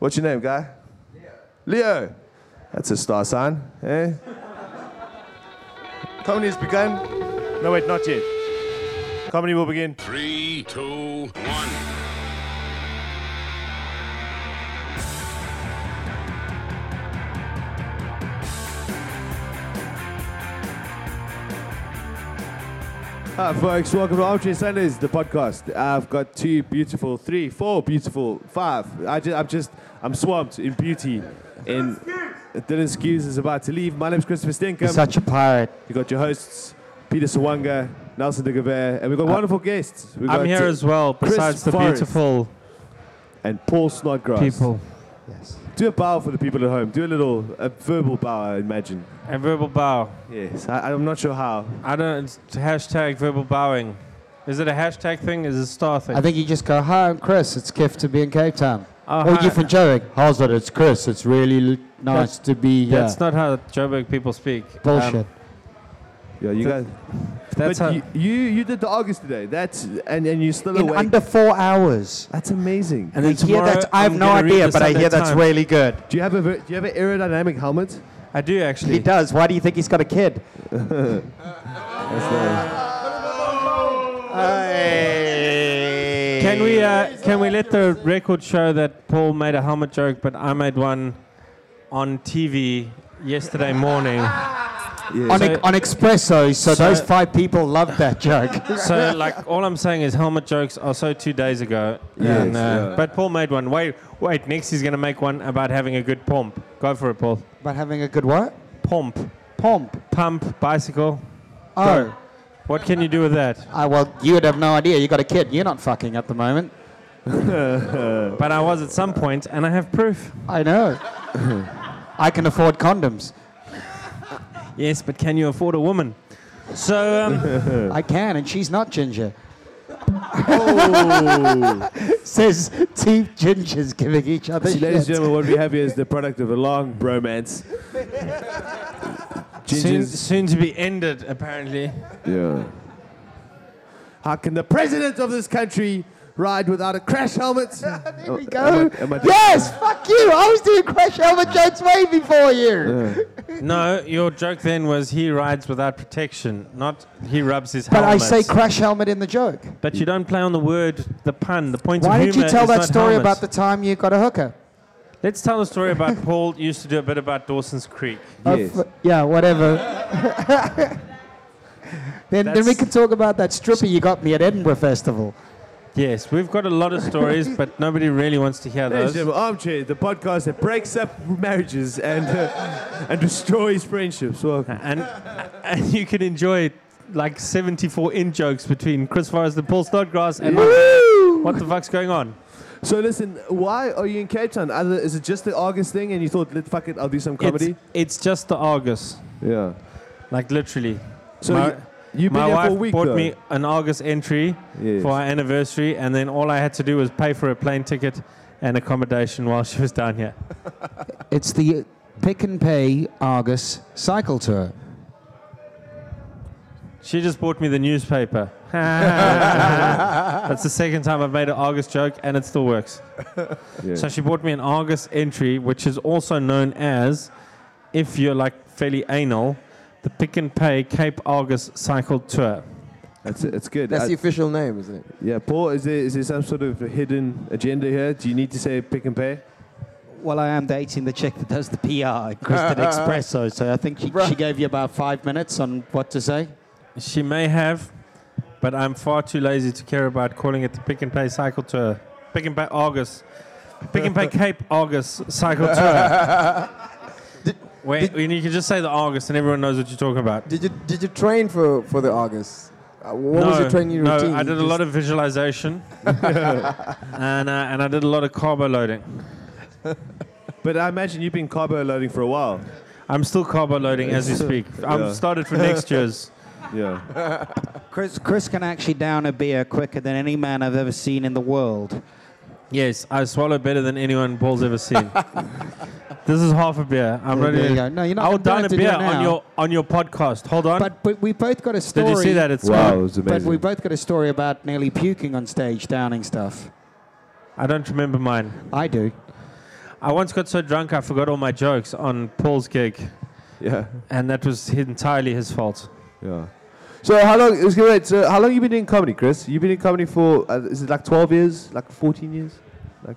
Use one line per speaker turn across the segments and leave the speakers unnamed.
What's your name, guy? Leo. Leo. That's a star sign, eh? Comedy has begun. No, wait, not yet. Comedy will begin.
Three, two, one.
Hi, folks. Welcome to Armchair Sundays, the podcast. I've got two beautiful, three, four beautiful, five. I just, I'm just, I'm swamped in beauty. And Dylan Skews is about to leave. My name's Christopher Stinkham.
Such a pirate.
you got your hosts, Peter Sawanga, Nelson de Gabert, and we've got wonderful guests. We've
I'm
got
here
uh,
as well,
Chris
besides the
Forrest.
beautiful
and Paul Snodgrass.
people.
Do a bow for the people at home. Do a little a verbal bow, I imagine.
And verbal bow.
Yes, I, I'm not sure how.
I don't. It's hashtag verbal bowing. Is it a hashtag thing? Is it a star thing?
I think you just go, hi, I'm Chris. It's Kiff to be in Cape Town.
Oh,
or
hi.
you from Joburg. How's it? It's Chris. It's really l- nice to be here.
That's not um, how Joburg people speak. Um,
bullshit.
Yeah, you guys.
that's
but
how.
you, you you did the August today. That's and and you're still
in
awake.
under four hours.
That's amazing.
And
then
then hear
tomorrow
that I have
I'm
no
gonna read
idea,
the
but I
Sunday
hear that's
Times.
really good.
Do you have a ver- do you have an aerodynamic helmet?
I do actually.
He does. Why do you think he's got a kid? Hey.
Can we? Uh, can we let the record show that Paul made a helmet joke, but I made one on TV yesterday morning.
Yes.
on,
So-
ex- on espresso, so,
so-
those five people love that joke.
so like all I'm saying is helmet jokes are so two days ago.
Yes,
and, uh,
yeah.
But Paul made one. Wait, wait. Next he's gonna make one about having a good pomp. Go for it, Paul.
but having a good what?
Pomp,
Pomp.
pump, bicycle.
Oh,
What can you do with that?
I, well, you would have no idea. You got a kid. You're not fucking at the moment.
But I was at some point, and I have proof.
I know. I can afford condoms.
Yes, but can you afford a woman? So um,
I can, and she's not ginger. Says two gingers giving each other
Oh. See, ladies and
shit.
gentlemen, what we have here is the product of a long bromance.
soon,
Gingers.
soon to be ended, apparently.
Yeah. How can the president of this country ride without a crash helmet?
There we
Am
go.
I- uh, am I-
yes, fuck you. I was doing crash helmet jokes way before you.
Uh,
No, your joke then was he rides without protection, not he rubs his
But I
helmet.
say crash helmet in the joke.
But you don't play on the word, the pun, the point
Why did
of
you
humor
tell
is
that
not
story
helmet.
about the time you got a hooker?
Let's tell a story about Paul used to do a bit about Dawson's Creek.
Oh,
Yes.
f- yeah, whatever. then, then we
That's-
can talk about that stripper you got me at Edinburgh Festival.
Yes, we've got a lot of stories, but nobody really wants to hear
Ladies and
those.
gentlemen, Armchair, the podcast that breaks up marriages and uh, and destroys friendships. Welcome.
And, and you can enjoy like 74 in jokes between Chris Forrest and Paul Snodgrass and what the fuck's going on?
So listen, why are you in Cape Town? Other, is it just the August thing, and you thought, let fuck it, I'll do some comedy?
It's, it's just the Argus,
yeah.
like literally.
So
my,
you, you've been
my
there
wife
for a week,
bought
though.
me an Argus entry
Yes.
for our anniversary, and then all I had to do was pay for a plane ticket and accommodation while she was down here.
It's the Pick and Pay Argus Cycle Tour.
She just bought me the newspaper. That's the second time I've made an Argus joke, and it still works.
Yeah.
So she bought me an Argus entry, which is also known as, if you're like fairly anal, the Pick and Pay Cape Argus Cycle Tour.
That's, that's good.
That's
I-
the official name, isn't it?
yeah, Paul, is there, is there some sort of hidden agenda here? Do you need to say pick and pay?
Well, I am dating the chick that does the PR at Kristen Expresso, so I think she, she gave you about five minutes on what to say.
She may have, but I'm far too lazy to care about calling it the Pick and Pay Cycle Tour. Pick and Pay Argus. Pick and Pay Cape Argus Cycle Tour. Where, when you can just say the Argus and everyone knows what you're talking about.
Did you did you train for for the Argus? Uh, what was your training
no,
routine?
I did a lot of visualization, and uh, and I did a lot of carbo loading.
But I imagine you've been carbo loading for a while.
I'm still carbo loading as we speak. I'm
Yeah.
started for next year's.
Yeah.
Chris, Chris can actually down a beer quicker than any man I've ever seen in the world.
Yes, I swallow better than anyone Paul's ever seen. this is half a beer. I'm
There-
ready.
there
to-
you go. No, you're not
I'll
gonna
down a
have to do
beer
it now.
on your on your podcast. Hold on.
But, but we both got a story.
did you see that? It's
Wow, it
gone.
was
But
amazing.
we both got a story about nearly puking on stage, downing stuff.
I don't remember mine.
I do.
I once got so drunk I forgot all my jokes on Paul's gig,
Yeah,
and that was entirely his fault.
yeah. So how long? It's good. So how long you been doing comedy, Chris? You've been in comedy for uh, is it like twelve years, like fourteen years, like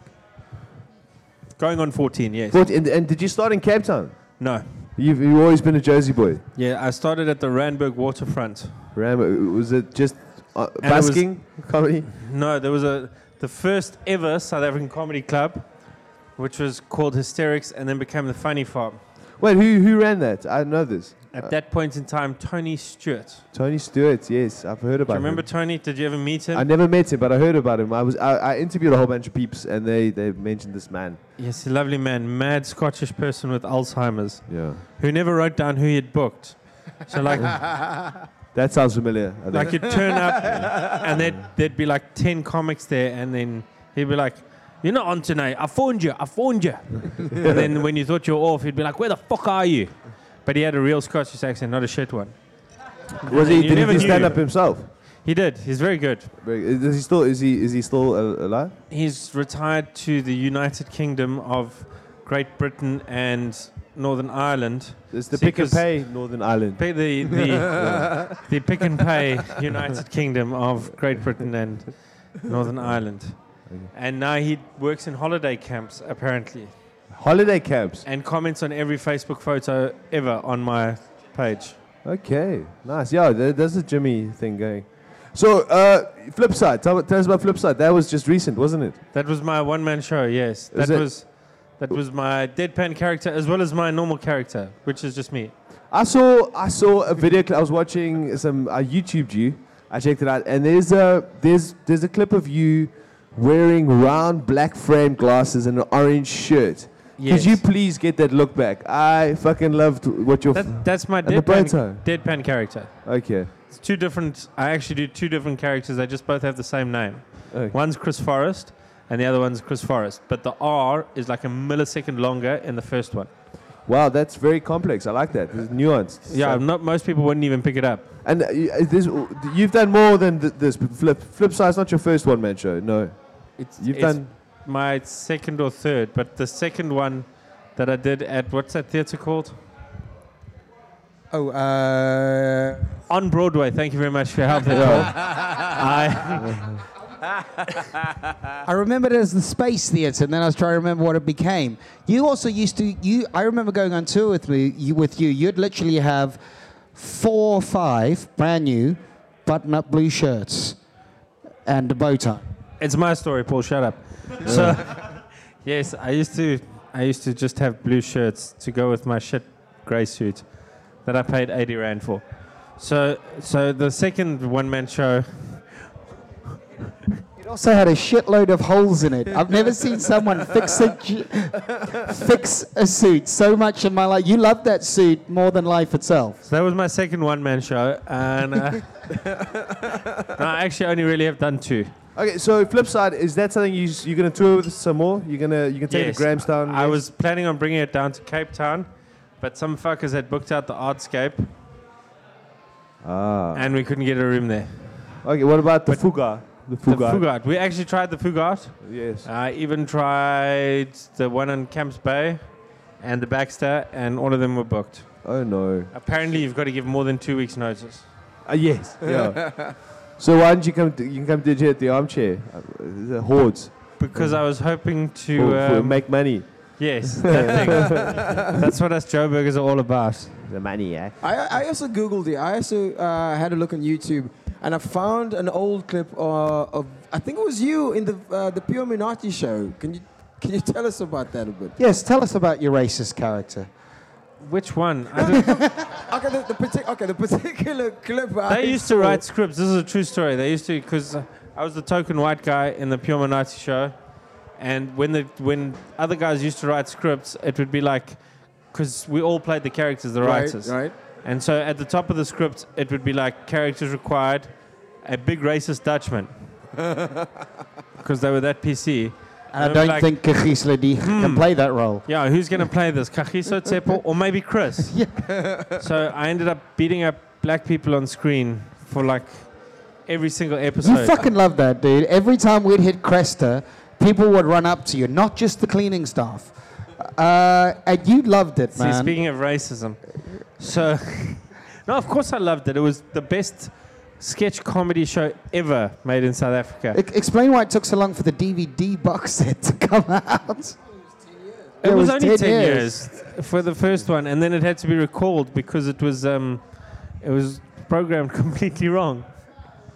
Going on 14, yes.
14, and, and did you start in Cape Town?
No.
You've you've always been a Jersey boy.
Yeah, I started at the Randburg waterfront.
Ram, was it just uh,
And it was-
basking comedy?
No, there was a the first ever South African comedy club, which was called Hysterics, and then became the Funny Farm.
Wait, who who ran that? I know this.
At that point in time, Tony Stewart.
Tony Stewart. Yes, I've heard
Do
about.
you remember
Him.
Tony? Did you ever meet him?
I never met him, but I heard about him. I was I, I interviewed a whole bunch of peeps, and they they mentioned this man.
yes, a lovely man, mad Scottish person with Alzheimer's,
Yeah,
who never wrote down who he'd booked. So like,
that sounds familiar. I think.
like you'd turn up, and there'd, there'd be like ten comics there, and then he'd be like, "You're not on tonight. I phoned you. I phoned you." and then when you thought you were off, he'd be like, "Where the fuck are you?" But he had a real Scottish accent, not a shit one.
was he?
you
Did
never
he stand
knew.
up himself?
He did. He's very good.
Very- Is is he still? Is he? Is he still al- alive?
He's retired to the United Kingdom of Great Britain and Northern Ireland.
It's the
See,
pick and
'cause-
pay Northern Ireland.
Pay the the, the pick and pay United Kingdom of Great Britain and Northern Ireland. And now he works in holiday camps apparently,
Holiday camps.
and comments on every Facebook photo ever on my page.
Okay, nice. Yeah, there, there's a Jimmy thing going. So, uh, Flipside. Tell, tell us about Flipside. That was just recent, wasn't it?
That was my one man show.
Is
Yes, that
it-
was that was my deadpan character as well as my normal character, which is just me.
I saw I saw a video. Clip. I was watching some. I YouTubed you. I checked it out, and there's a there's there's a clip of you wearing round black framed glasses and an orange shirt.
Yes.
Could you please get that look back? I fucking loved what your. F-
That, that's my
the
deadpan,
photo.
deadpan character.
okay.
It's two different. I actually do two different characters. They just both have the same name.
okay.
One's Chris Forrest, and the other one's Chris Forrest. But the R is like a millisecond longer in the first one.
Wow, that's very complex. I like that. It's nuanced.
Yeah,
So-
not most people wouldn't even pick it up.
And uh, you- uh, this, you've done more than th- this. Flip, flip side's not your first one man show. No,
It's,
you've
it's
done.
my second or third, but the second one that I did at what's that theater called?
Oh, uh,
On Broadway. Thank you very much for your help. there, Paul. I,
I remember it as the Space Theatre, and then I was trying to remember what it became. You also used to you. I remember going on tour with me you, with you. You'd literally have four or five brand new button-up blue shirts and a bow tie.
it's my story, Paul. Shut up. So, yes, I used to. I used to just have blue shirts to go with my shit grey suit that I paid 80 rand for. So, so the second one-man show
It also had a shitload of holes in it. I've never seen someone fix a ju- fix a suit so much in my life. You love that suit more than life itself.
So that was my second one-man show, and uh, no, I actually only really have done two.
Okay, so flip side is that something you s- you're gonna tour with some more? You're gonna you can take it to Grahamstown.
I
next?
was planning on bringing it down to Cape Town, but some fuckers had booked out the Artscape,
Ah.
and we couldn't get a room there.
Okay, what about the Fuga? The
The
Fuga.
Fugard. We actually tried the Fugard.
Yes.
I even tried the one on Camps Bay, and the Baxter, and all of them were booked.
Oh no.
Apparently, you've got to give more than two weeks' notice.
Uh, yes. Yeah. so why don't you come? To, you can come to here at the armchair. Uh, the hordes.
Because I was hoping
For,
to
for
um,
make money.
yes, that thing. that's what us Joe Burgers are all about.
The money, yeah.
I, I also googled it. I also uh, had a look on YouTube, and I found an old clip uh, of I think it was you in the uh, the Pure Minardi show. Can you can you tell us about that a bit?
Yes, tell us about your racist character.
Which one? I don't,
Okay, the, the partic- okay, the particular clip. I
They used to
saw-
write scripts. This is a true story. They used to because I was the token white guy in the Pure Minority show, and when the when other guys used to write scripts, it would be like because we all played the characters, the
right,
writers,
right?
and so at the top of the script, it would be like characters required, a big racist Dutchman, because they were that PC.
And I
Remember,
don't
like-
think Kagis Ledi can play that role.
Yeah, who's going to play this? Kagiso Tepo or maybe Chris? So I ended up beating up black people on screen for like every single episode.
You fucking love that, dude. Every time we'd hit Cresta, people would run up to you, not just the cleaning staff. Uh, and you loved it,
See,
man.
speaking of racism, so no, of course I loved it. It was the best sketch comedy show ever made in South Africa.
E- explain why it took so long for the DVD box set to come out.
It,
It was
was, only
10
ten years.
years.
for the first one, and then it had to be recalled because it was um, it was programmed completely wrong.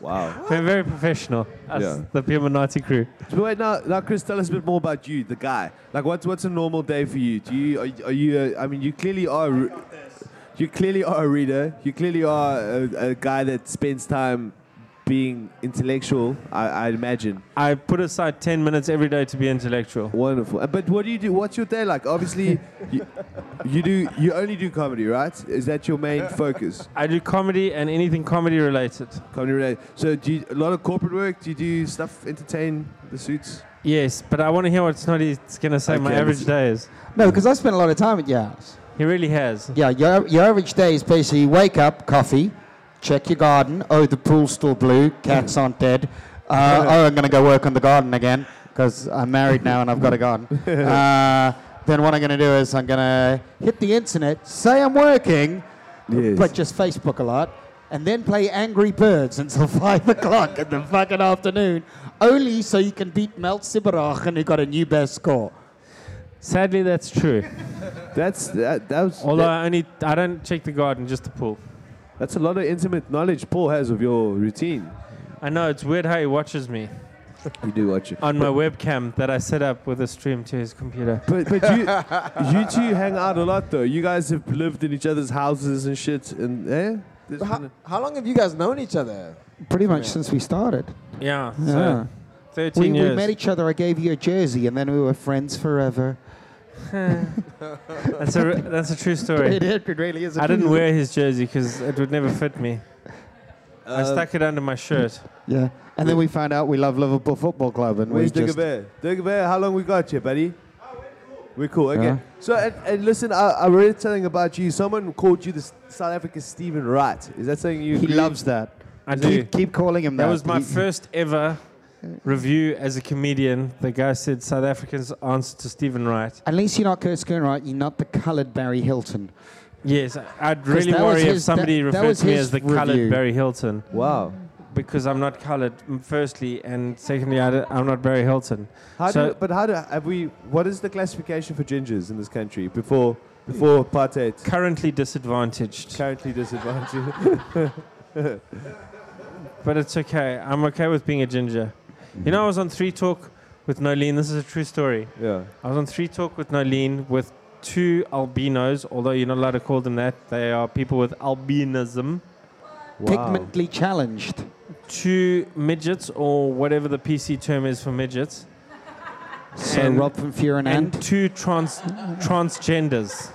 Wow.
They're very professional. Us,
Yeah.
the Piamonati crew.
So wait, now, now, Chris, tell us a bit more about you, the guy. Like, what's what's a normal day for you? Do you are, you- are you? uh, I mean, you clearly are. a re- You clearly are a reader. You clearly are a, a guy that spends time being intellectual. I, I imagine
I put aside ten minutes every day to be intellectual.
wonderful. Uh, But what do you do? What's your day like? Obviously, you, you do. You only do comedy, right? Is that your main focus?
I do comedy and anything comedy related.
Comedy related. So, do you, a lot of corporate work? Do you do stuff? Entertain the suits?
Yes, but I want to hear what Snoddy's going to say my
Okay,
average
let's-
day is.
No, because I spent a lot of time at your house.
He really has.
Yeah, your, your average day is basically you wake up, coffee, check your garden. Oh, the pool's still blue. Cats aren't dead. Uh, oh, I'm going to go work on the garden again because I'm married now and I've got a garden. Uh, then what I'm going to do is I'm going to hit the internet, say I'm working,
Yes.
but just Facebook a lot, and then play Angry Birds until 5 o'clock in the fucking afternoon, only so you can beat Melt Sibarachen, who got a new best score.
Sadly, that's true.
That's that. That was.
Although I only I don't check the garden, just the pool.
That's a lot of intimate knowledge Paul has of your routine.
I know it's weird how he watches me
You do watch it.
on my webcam that I set up with a stream to his computer.
But but you you two hang out a lot though. You guys have lived in each other's houses and shit and eh? There's
How,
been
how long have you guys known each other?
Pretty much since we started.
Yeah,
Yeah.
so 13
We,
years.
we met each other. I gave you a jersey, and then we were friends forever.
that's, a, re- that's a true story.
really is.
I didn't wear his jersey because it would never fit me.
a-
I stuck it under my shirt.
Yeah, and then we found out we love Liverpool Football Club, and
Where's
we
Digger
just.
Bear? Digger Bear, how long we got you, buddy? We're cool, okay.
Yeah.
So, and, and listen, I, I read something about you. Someone called you the S- South African Stephen Wright. Is that something you
He
agree?
loves that.
I do.
Keep, keep calling him that.
That was my
He-
first ever review as a comedian. The guy said South Africans answer to Stephen Wright.
At least you're not Kurt Schoenwright. You're not the coloured Barry Hilton.
Yes, I'd really
that
worry
was
if
his-
somebody
that- that
referred
was
to me
his
as the coloured
review.
Barry Hilton
Wow.
because I'm not coloured, m- firstly, and secondly, I d- I'm not Barry Hilton.
How
So-
do, but how do have we? What is the classification for gingers in this country before before apartheid?
Currently disadvantaged,
Currently disadvantaged.
but it's okay. I'm okay with being a ginger. You know, I was on Three Talk with Nolene. This is a true story.
yeah.
I was on Three Talk with Nolene with two albinos, although you're not allowed to call them that. They are people with albinism.
Pigmently challenged.
two midgets or whatever the PC term is for midgets,
So
And-
Rob from Fear and,
and,
Ant.
two trans transgenders.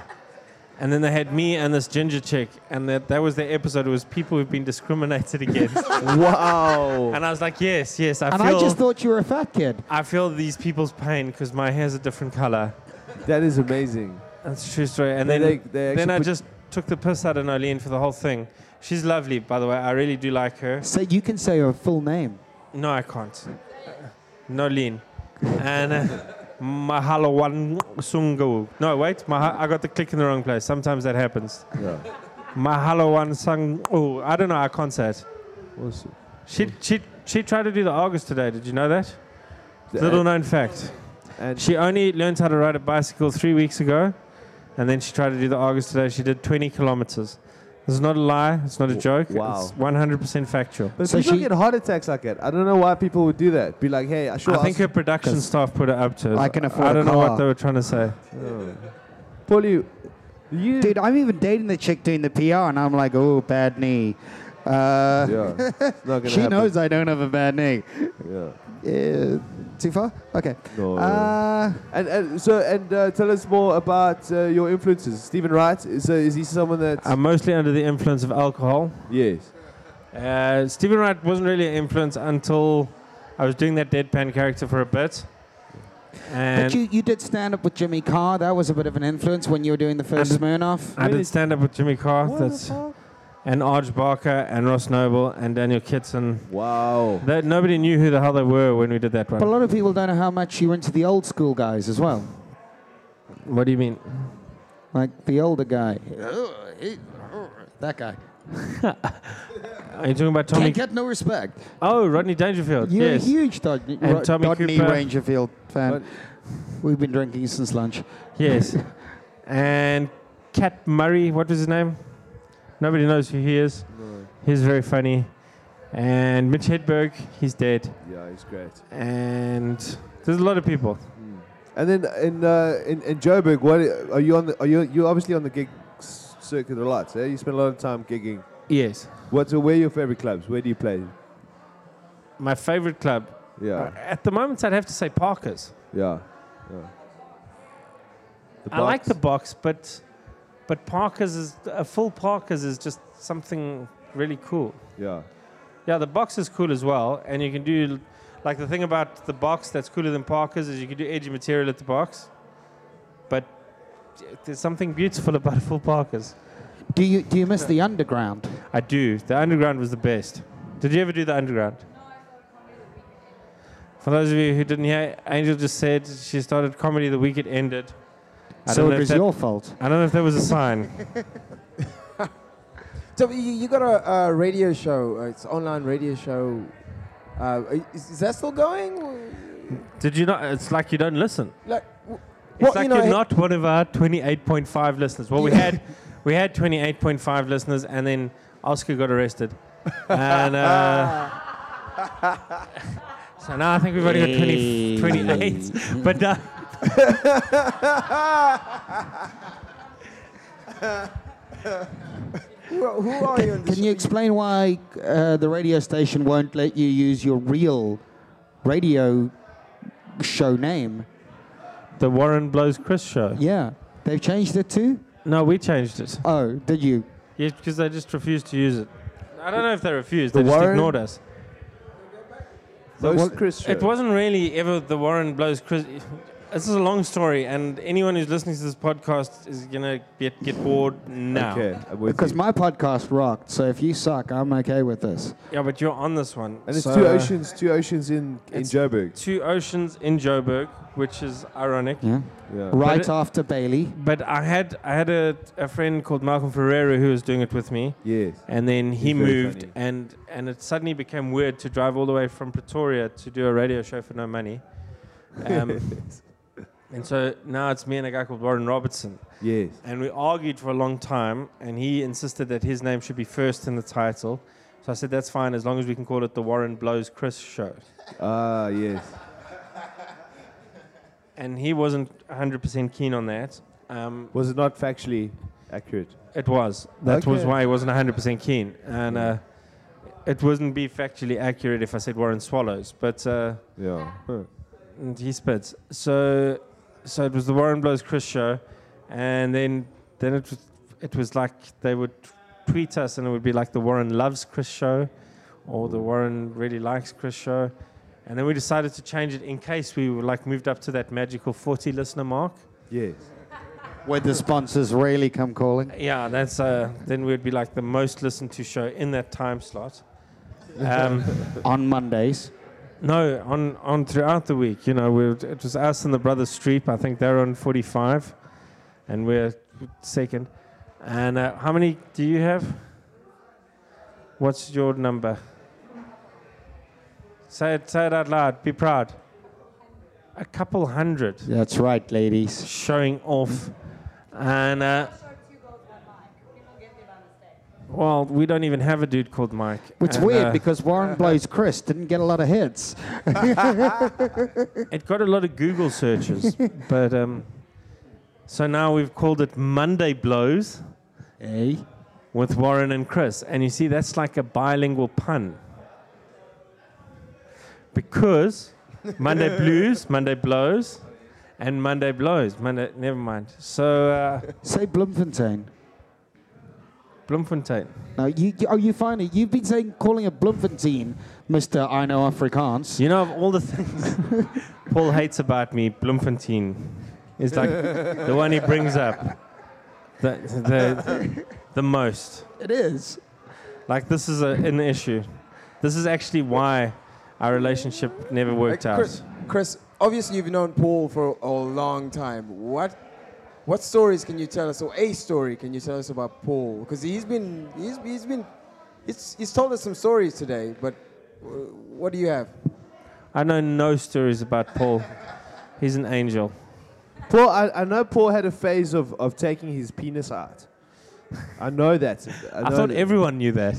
And then they had me and this ginger chick, and that, that was their episode. It was people who've been discriminated against,
Wow.
and I was like, yes, yes, I
And
feel,
I just thought you were a fat kid.
I feel these people's pain because my hair's a different color.
that is amazing.
That's a true story. And
They-
then,
they- they
then
actually
I
put-
just took the piss out of Nolene for the whole thing. She's lovely, by the way. I really do like her.
So you can say her full name.
No, I can't. No lean. And uh, mahalo wan sungo. No, wait. Maha- I got the click in the wrong place. Sometimes that happens.
Yeah.
Mahalo wan sang. Oh, I don't know. I can't say it.
Awesome.
She, she, she tried to do the August today. Did you know that? Little known fact.
And
She only learned how to ride a bicycle three weeks ago. And then she tried to do the August today. She did 20 kilometers. This is not a lie. It's not a
W-
joke.
wow.
It's 100% factual.
but
So
people
she-
get heart attacks like that. I don't know why people would do that. Be like, hey, I sure.
I think her production staff put it up to. it.
I can afford
I
a
don't know what
car.
they were trying to say.
Paulie, you.
Dude, I'm even dating the chick doing the PR, and I'm like, oh, bad knee. Uh,
Yeah. it's not gonna
She
happen.
knows I don't have a bad knee.
Yeah.
Uh, too far? Okay.
No.
Oh.
Uh,
And, and so and uh, tell us more about uh, your influences. Stephen Wright is uh, is he someone that?
I'm mostly under the influence of alcohol.
yes.
Uh, Stephen Wright wasn't really an influence until I was doing that deadpan character for a bit.
but
And
you, you did stand up with Jimmy Carr. That was a bit of an influence when you were doing the first
And-
Smirnoff.
I
Really?
did stand up with Jimmy Carr that's, and Arj Barker and Ross Noble and Daniel Kitson.
Wow.
That, nobody knew who the hell they were when we did that
But a
one.
lot of people don't know how much you were into the old school guys as well.
What do you mean?
Like the older guy. That guy.
Are you talking about Tommy?
Can't get no respect.
Oh, Rodney Dangerfield.
You're
yes.
a huge Dod- Ro-
Tommy
Rodney
Cooper.
Rangerfield fan. We've been drinking since lunch.
Yes. And Cat Murray, what was his name? Nobody knows who he is. He's very funny. And Mitch Hedberg, he's dead.
Yeah, he's great.
And there's a lot of people.
And then in uh, in, in Joburg, what are you on? The, are you you obviously on the gig s- circuit a lot? Eh? You spend a lot of time gigging.
Yes.
What's where are your favorite clubs? Where do you play?
My favorite club.
Yeah,
At the moment, I'd have to say Parker's.
yeah. yeah. The
I like
box?
the box, but but Parker's is a full Parker's is just something really cool.
yeah.
Yeah, the box is cool as well, and you can do like the thing about the box that's cooler than Parker's is you can do edgy material at the box, but there's something beautiful about a full Parker's.
Do you do you miss the underground?
I do. The underground was the best. Did you ever do the underground? For those of you who didn't hear, Angel just said she started comedy the week it ended. I
so
don't know
it
if
was
that-
your fault.
I don't know if that was a sign.
So you, you got a, uh radio show. Uh, it's online radio show. Uh, is, is that still going?
Did you not? It's like you don't listen.
Like, w-
It's
what,
like
you
you
know,
are not one of our 28.5 listeners. Well, we
Yeah.
had we had 28.5 listeners, and then Oscar got arrested, and uh, so now I think we've only got 20, 28. But uh,
who, are- who are you? In the
Can you
show?
explain why uh, the radio station won't let you use your real radio show name?
the Warren blows Chris show.
Yeah, they've changed it too.
No, we changed it.
Oh, did you?
Yeah, because they just refused to use it. I don't know if they refused.
The
they just
Warren-
ignored us.
Most
what-
Chris
It wasn't really ever the Warren blows Chris. This is a long story, and anyone who's listening to this podcast is gonna get, get bored now.
Okay, I'm with
Because
you.
my podcast rocked. So if you suck, I'm okay with this.
Yeah, but you're on this one.
and it's
So,
two
uh,
oceans, two oceans in in
it's-
Joburg.
Two oceans in Joburg, which is ironic.
Yeah.
Yeah.
Right
it-
after Bailey.
But I had I had a, a friend called Malcolm Ferreira who was doing it with me,
Yes.
and then he
He's very
moved,
funny.
and and it suddenly became weird to drive all the way from Pretoria to do a radio show for no money. Um, and so now it's me and a guy called Warren Robertson.
Yes.
And we argued for a long time, and he insisted that his name should be first in the title. So I said, that's fine, as long as we can call it the Warren Blows Chris Show.
Ah, yes.
And he wasn't 100% keen on that. Um,
Was it not factually accurate?
it was. That was
Okay.
why he wasn't 100% keen. And uh, it wouldn't be factually accurate if I said Warren Swallows, but uh,
Yeah. Huh.
and he spits. So, so it was the Warren Blows Chris Show. And then, then it, was, it was like they would tweet us and it would be like the Warren loves Chris show or the Warren really likes Chris show. And then we decided to change it in case we were like moved up to that magical 40 listener mark.
Yes.
Where the sponsors really come calling.
Yeah, that's uh, then we'd be like the most listened to show in that time slot. Um,
On Mondays.
no, on, on throughout the week, you know, we it was us and the brothers Streep. I think they're on 45 and we're second. And uh, how many do you have? What's your number? Say it, say it out loud. Be proud. A couple hundred
That's right, ladies.
showing off. And, uh, well, we don't even have a dude called Mike.
It's
And,
weird
uh,
because Warren Blows Chris didn't get a lot of hits.
It got a lot of Google searches, but um, so now we've called it Monday Blows
Eh?
with Warren and Chris, and you see that's like a bilingual pun because Monday Blues, Monday Blows, and Monday Blows. Monday, never mind. So uh,
Say Bloemfontein.
Bloemfontein.
No, you, you- oh, you finally, you've been saying, calling it Bloemfontein, Mr. I know Afrikaans.
You know of all the things Paul hates about me, Bloemfontein is like the one he brings up the the, the most.
It is.
Like this is a, an issue. This is actually why our relationship never
Like,
worked out.
Chris, Chris, obviously you've known Paul for a long time. What What stories can you tell us, or a story can you tell us about Paul? Because he's been, he's, he's been, he's, he's told us some stories today. But uh, what do you have?
I know no stories about Paul. He's an angel.
Paul, I, I know Paul had a phase of, of taking his penis out. I know that. I,
I
know
thought
that.
everyone knew that.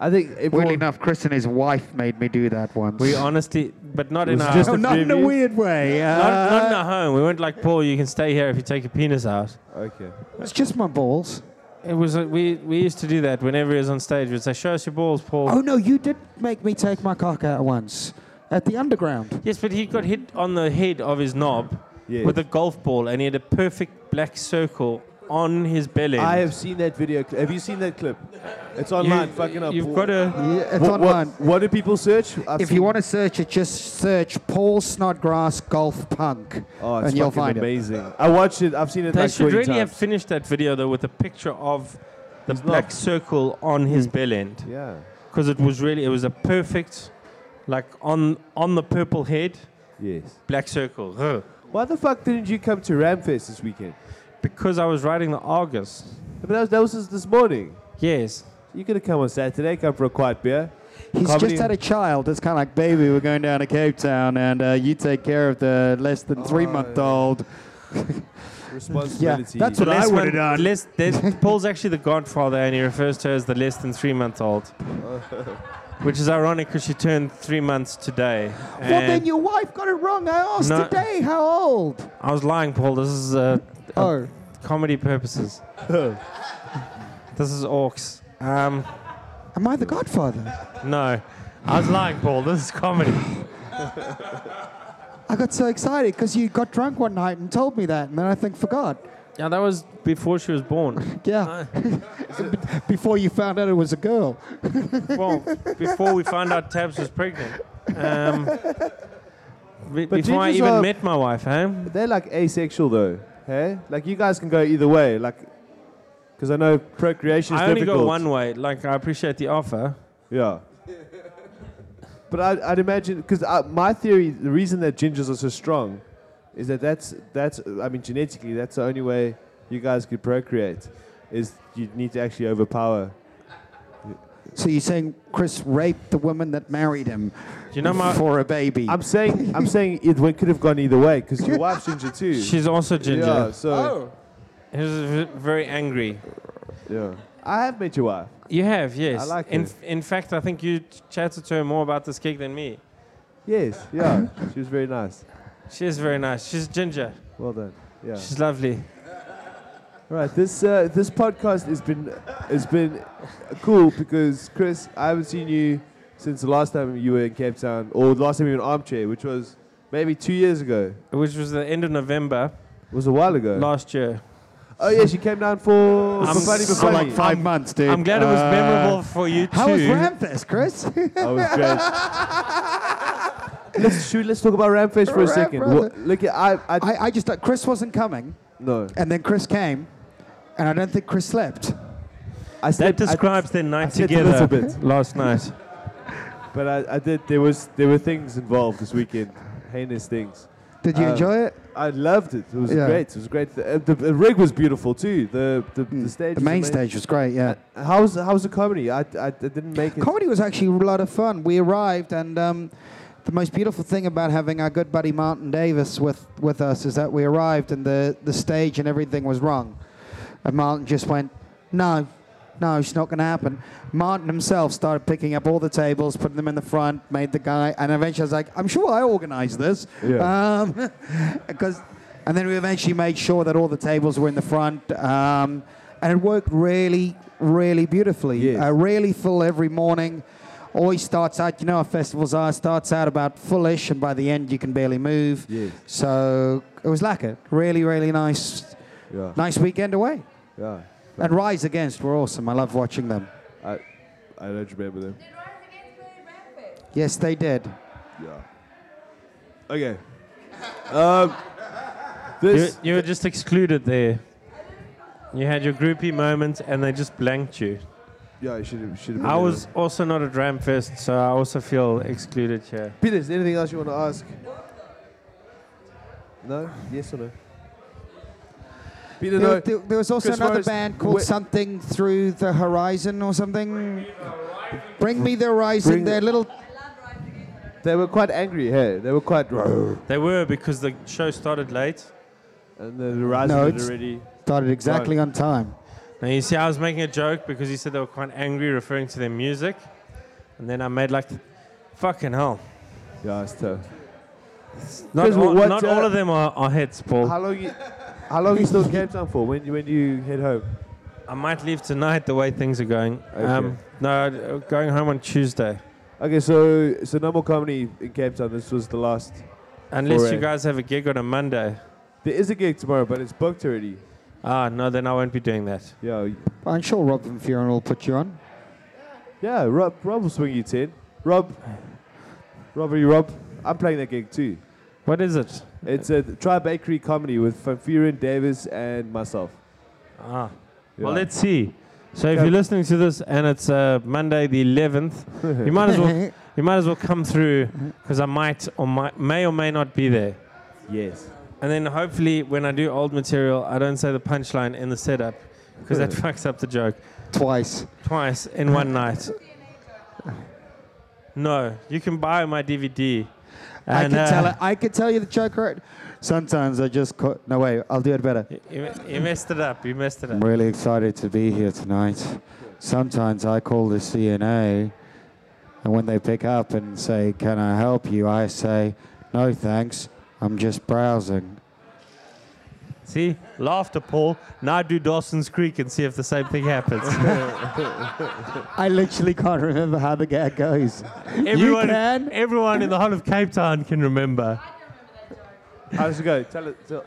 I think everyone.
Weirdly enough, Chris and his wife made me do that once.
We honestly, but not in
Was
our
just
no,
a
not in a
preview.
weird way. Uh,
not, not in our home. We weren't like Paul. You can stay here if you take your penis out.
Okay.
It's just my balls.
It was uh, we we used to do that whenever he was on stage. We'd say, "Show us your balls, Paul."
Oh no, you did make me take my cock out once at the underground.
Yes, but he got hit on the head of his knob
Yeah.
with a golf ball, and he had a perfect black circle on his belly.
I have seen that video. cli- Have you seen that clip? It's online. fucking up.
You've got to.
Yeah, it's
What,
online.
what, what do people search? I've
If
seen-
you want to search it, just search Paul Snodgrass Golf Punk,
oh, it's
and you'll
fucking
find it.
amazing. I watched it. I've seen it
They
like
should
20
really
times.
have finished that video though with a picture of the
His knob.
black circle on
Mm.
his bell end.
yeah.
because it was really it was a perfect like on on the purple head
Yes.
black circle Huh.
Why the fuck didn't you come to Ramfest this weekend?
because i was riding the argus
But that was, that was just this morning.
yes
You could have come on Saturday, come for a quiet beer.
He's
Comedy-
just had a child. It's kind of like, baby, we're going down to Cape Town, and uh, you take care of the less than
Oh,
three month old.
Responsibility.
that's what I
Less
would've
one-
done.
less, there's- paul's actually the godfather and he refers to her as the less than three month old which is ironic because she turned three months today
Well, then
And
your wife got it wrong. I asked
No.
today how old.
i was lying paul this is uh,
Oh,
comedy purposes this is orcs um,
am I the godfather?
no i was lying paul this is comedy
I got so excited because you got drunk one night and told me that, and then I think forgot.
yeah that was before she was born
Yeah. Before you found out it was a girl.
well, before we found out Tabs was pregnant. Um, be-
But
before I
gingers
even
are-
met my wife, eh?
They're like asexual though, hey? Like you guys can go either way, like, because I know procreation is
I only
difficult.
go one way. Like, I appreciate the offer.
Yeah. But I, I'd imagine because my theory, the reason that gingers are so strong, is that that's that's I mean genetically that's the only way you guys could procreate, is you need to actually overpower.
So you're saying Chris raped the woman that married him
You know, my
for a baby?
I'm saying I'm saying it went- could have gone either way because your wife's ginger too.
she's also ginger.
Yeah. So
Oh,
She was v- very angry.
yeah. I have met your wife.
You have, yes.
I like
in,
it.
f- in fact, I think you ch- chatted to her more about this gig than me.
Yes. Yeah. she was very nice.
She is very nice. She's ginger.
Well done. Yeah.
She's lovely.
Right, this uh, this podcast has been has been cool because Chris, I haven't seen you since the last time you were in Cape Town, or the last time you were in Armchair, which was maybe two years ago.
Which was the end of November
It was a while ago.
last year.
oh yes, you came down for,
I'm
for funny, for
so
For
funny.
like five months, dude.
I'm glad it was
Uh,
memorable for you
How
too.
was Ramfest, Chris?
I was great. let's shoot. Let's talk about Ramfest for a
Ram-
second.
Ram-
What, look, at, I, I,
I, I just thought Chris wasn't coming,
no.
and then Chris came, and I don't think Chris slept.
I
that
slept- I-
describes their night
slept a little
together
bit.
last night.
but I, I did. There was there were things involved this weekend, heinous things.
Did you
Um,
enjoy it?
I loved it. It was
Yeah.
great. It was great. The, uh, the, the rig was beautiful too. The the, the stage. was
Hmm. The main
amazing. Uh,
stage was great, yeah.
How was how was the comedy? I, I, I didn't make it.
Comedy was actually a lot of fun. We arrived, and um, the most beautiful thing about having our good buddy Martin Davis with, with us is that we arrived, and the, the stage and everything was wrong. And Martin just went, No, no, it's not going to happen. Martin himself started picking up all the tables, putting them in the front, made the guy, and eventually I was like, I'm sure I organized this.
Yeah.
Um, 'cause- and then we eventually made sure that all the tables were in the front. Um, and it worked really, really beautifully.
Yes.
Uh, really full every morning. Always starts out, you know how festivals are, starts out about fullish, and by the end you can barely move.
Yes.
So it was like it. Really, really nice,
Yeah.
nice weekend away.
Yeah.
And Rise Against were awesome. I love watching them.
I I don't remember them.
Did Rise Against play Rampage?
Yes, they did.
Yeah. Okay. Um. This.
You, you were just excluded there. You had your groupie moment and they just blanked you.
yeah. You should have. Should have.
I was also not at Ramfest, so I also feel excluded here.
Peter, is there anything else you want to ask? No. Yes or no? Peter,
There,
no.
there- there was also
Chris
another
Forrest,
band called
wait-
something through the horizon or something. Bring me the horizon.
Bring-
Their little
They were quite angry here. They were quite. and
They were because the show started late.
the horizon
No,
had
it's-
already.
started exactly on time.
Now you see, I was making a joke because he said they were quite angry, referring to their music, and then I made like, fucking hell.
Yeah, it's tough.
Not,
Chris,
all,
what,
not
uh,
all of them are, are hits, Paul.
How long you, how long you still in Cape Town for? When you, when you head home?
I might leave tonight the way things are going. Um,
Okay.
no, uh, going home on Tuesday.
Okay, so so no more comedy in Cape Town. This was the last.
Unless
Alright.
you guys have a gig on a Monday.
There is a gig tomorrow, but it's booked already.
Ah, no, then I won't be doing that.
Yeah,
I'm sure Rob Van Furen will put you on.
yeah. Rob, Rob will swing you ten. Rob, Rob, are you Rob? I'm playing that gig too.
What is it?
It's a Tri Bakery comedy with Van Furen, Davis, and myself.
Ah.
Yeah.
Well, let's see. So if
Okay.
you're listening to this and it's uh, Monday the 11th, you might as well you might as well come through because I might or might, may or may not be there.
Yes.
And then hopefully when I do old material, I don't say the punchline in the setup because that fucks up the joke
Twice.
twice in one night. No, you can buy my DVD.
I
And,
could
uh,
tell. I could tell you the joke right. Sometimes I just. Co- no way. I'll do it better.
You, you messed it up. You messed it
I'm
up.
really excited to be here tonight. Sometimes I call the CNA, and when they pick up and say, Can I help you? I say, No thanks, I'm just browsing.
See, laughter, Paul. Now do Dawson's Creek and see if the same thing happens.
I literally can't remember how the gag goes.
Everyone,
you can?
everyone in the whole of Cape Town can remember.
How does it go? Tell it. Tell,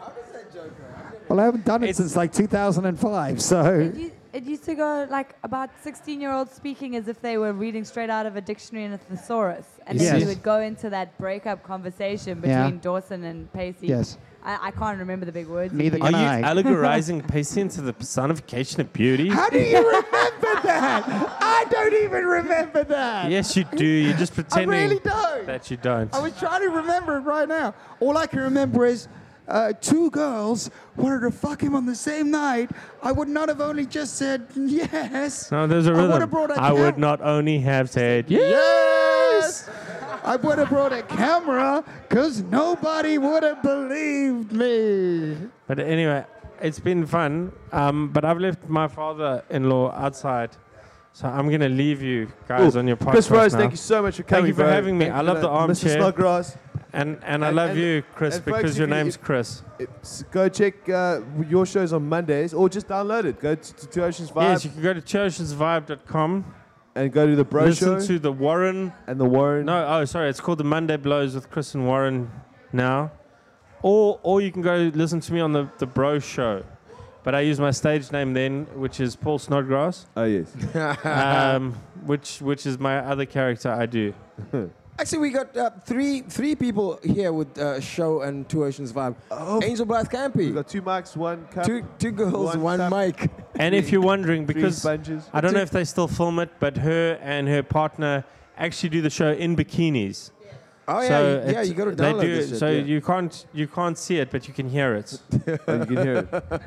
Well, I haven't done it
It's-
since like 2005, so.
It, used to go like about 16 year olds speaking as if they were reading straight out of a dictionary and a thesaurus. And then
Yes.
you would go into that breakup conversation between
Yeah.
Dawson and Pacey.
Yes.
I, I can't remember the big words. you
Neither
used.
Are
Can
you
I?
allegorizing patience to the personification of beauty?
How do you remember that? I don't even remember that.
Yes, you do. You're just
I
pretending
really don't.
that you don't.
I was trying to remember it right now. All I can remember is uh, two girls wanted to fuck him on the same night. I would not have only just said yes.
No, there's a
I would've
rhythm.
brought a
I would
cam-
not only have said yes.
Yes! I would have brought a camera because nobody would have believed me.
But anyway, it's been fun. Um, but I've left my father-in-law outside, so I'm gonna leave you guys
Ooh,
on your podcast
Chris Rose,
now.
thank you so much for coming.
you for
bro.
having me.
Thank
I
you
love
for
the
that. Mr.
armchair.
Snodgrass,
And and I
And-
love
and-
you, Chris,
and folks,
because
if
your
you-
name's
if-
Chris.
it's- go check uh, your shows on Mondays, or just download it. Go to, to Two Oceans Vibe
Yes, you can go to churchesvibe.com.
and go to the Bro
Listen
Show
to the Warren.
and the Warren.
No, oh sorry, it's called the Monday Blows with Chris and Warren now. Or or you can go listen to me on the, the Bro Show. But I use my stage name then, which is Paul Snodgrass,
Oh yes.
um, which which is my other character I do.
Actually, we got uh, three three people here with uh, show and two oceans vibe.
Oh,
Angel Blythe
we
Campy,
got two mics, one cup,
two two girls,
One
one,
tap.
mic.
And if you're wondering,
three
because
sponges.
I don't know if they still film it, but her and her partner actually do the show in bikinis.
Oh yeah,
so
you- yeah,
it's-
you got to
they
download
do-
this shit.
So
yeah.
you can't you can't see it, but you can hear it.
Oh, you can hear it.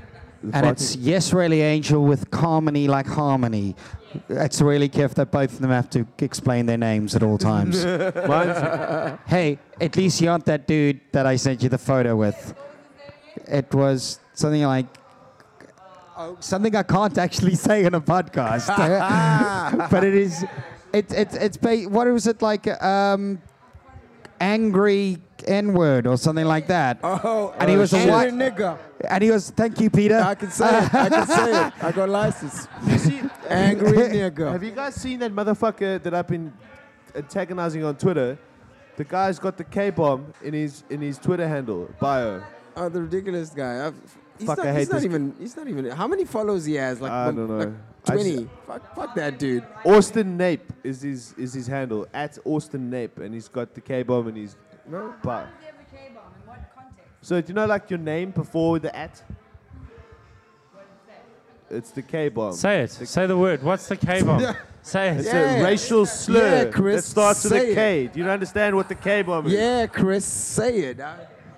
And it's Yes Really Angel with Harmony like Harmony. It's really kiff that both of them have to explain their names at all times.
Mine's,
hey, at least you aren't that dude that I sent you the photo with. It was something like oh, something I can't actually say on a podcast, but it is. It, it, it's ba- what was it like? Um, angry N word or something like that.
oh,
And he was a
angry
white-
nigger.
And he was, "Thank you, Peter."
I can say it. I can say it. I got license.
you see,
Angry
have
nigger.
you guys seen that motherfucker that I've been antagonizing on Twitter? The guy's got the K bomb in his in his Twitter handle bio.
Oh, the ridiculous guy. I've, he's
Fuck,
not,
I hate
he's not
this-
even. He's not even. How many followers he has? Like
I
one-
don't know.
like
I just-
Twenty. fuck, fuck that dude.
Austin Nape is his is his handle at Austin Nape, and he's got the K bomb in his bio. So do you know like your name before the at? It's the K bomb.
Say it. Say the word. What's the K bomb? Say it.
It's
Yeah.
a racial slur
Yeah, Chris,
that starts with
say
a
it.
K. Do you understand what the K bomb is?
Yeah, Chris, say it. I-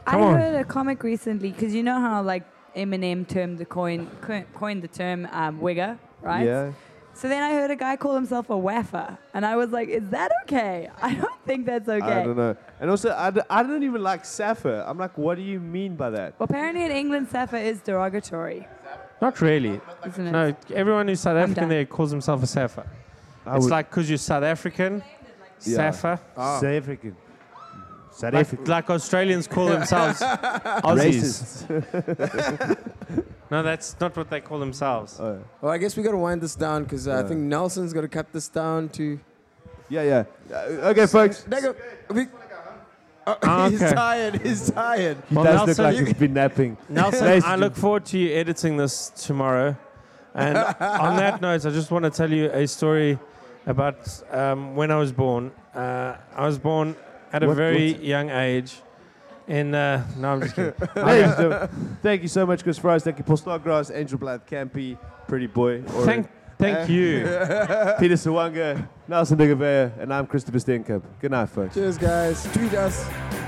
I
Come on.
heard a comic recently because you know how like Eminem termed the coin, co- coined the term um, wigger, right?
Yeah.
So then I heard a guy call himself a waffer, and I was like, "Is that okay? I don't think that's okay."
I don't know. And also, I, d- I don't even like Sapphire. I'm like, what do you mean by that?
Well, apparently in England, Sapphire is derogatory,
Not really.
isn't it?
No, everyone who's South African
done.
there calls himself a Safa.
I
it's
would-
like because you're South African,
Yeah.
Safa.
Ah.
South African. South
Like, like Australians call themselves Aussies.
Racist.
No, that's not what they call themselves.
Oh.
Well, I guess we got to wind this down because uh,
Yeah.
I think Nelson's got to cut this down to.
Yeah, yeah. Uh, okay, folks.
There you go. We- Oh,
Ah,
He's
okay.
tired. He's tired.
Well,
does look
Nelson-
like he's been napping.
Nelson,
Ladies
I
and
look forward to you editing this tomorrow. And on that note, I just want to tell you a story about um, when I was born. Uh, I was born at a
What-
very young age. In uh, no, I'm just kidding.
Ladies and gentlemen, thank you so much, Chris Fries. Thank you, Paul Snodgrass, Angel Blythe Campy, Pretty Boy, or
thank, thank you.
Peter Sawanga, Nelson De Gavea, and I'm Christopher Steenkamp. Good night, folks.
Cheers, guys. Tweet us.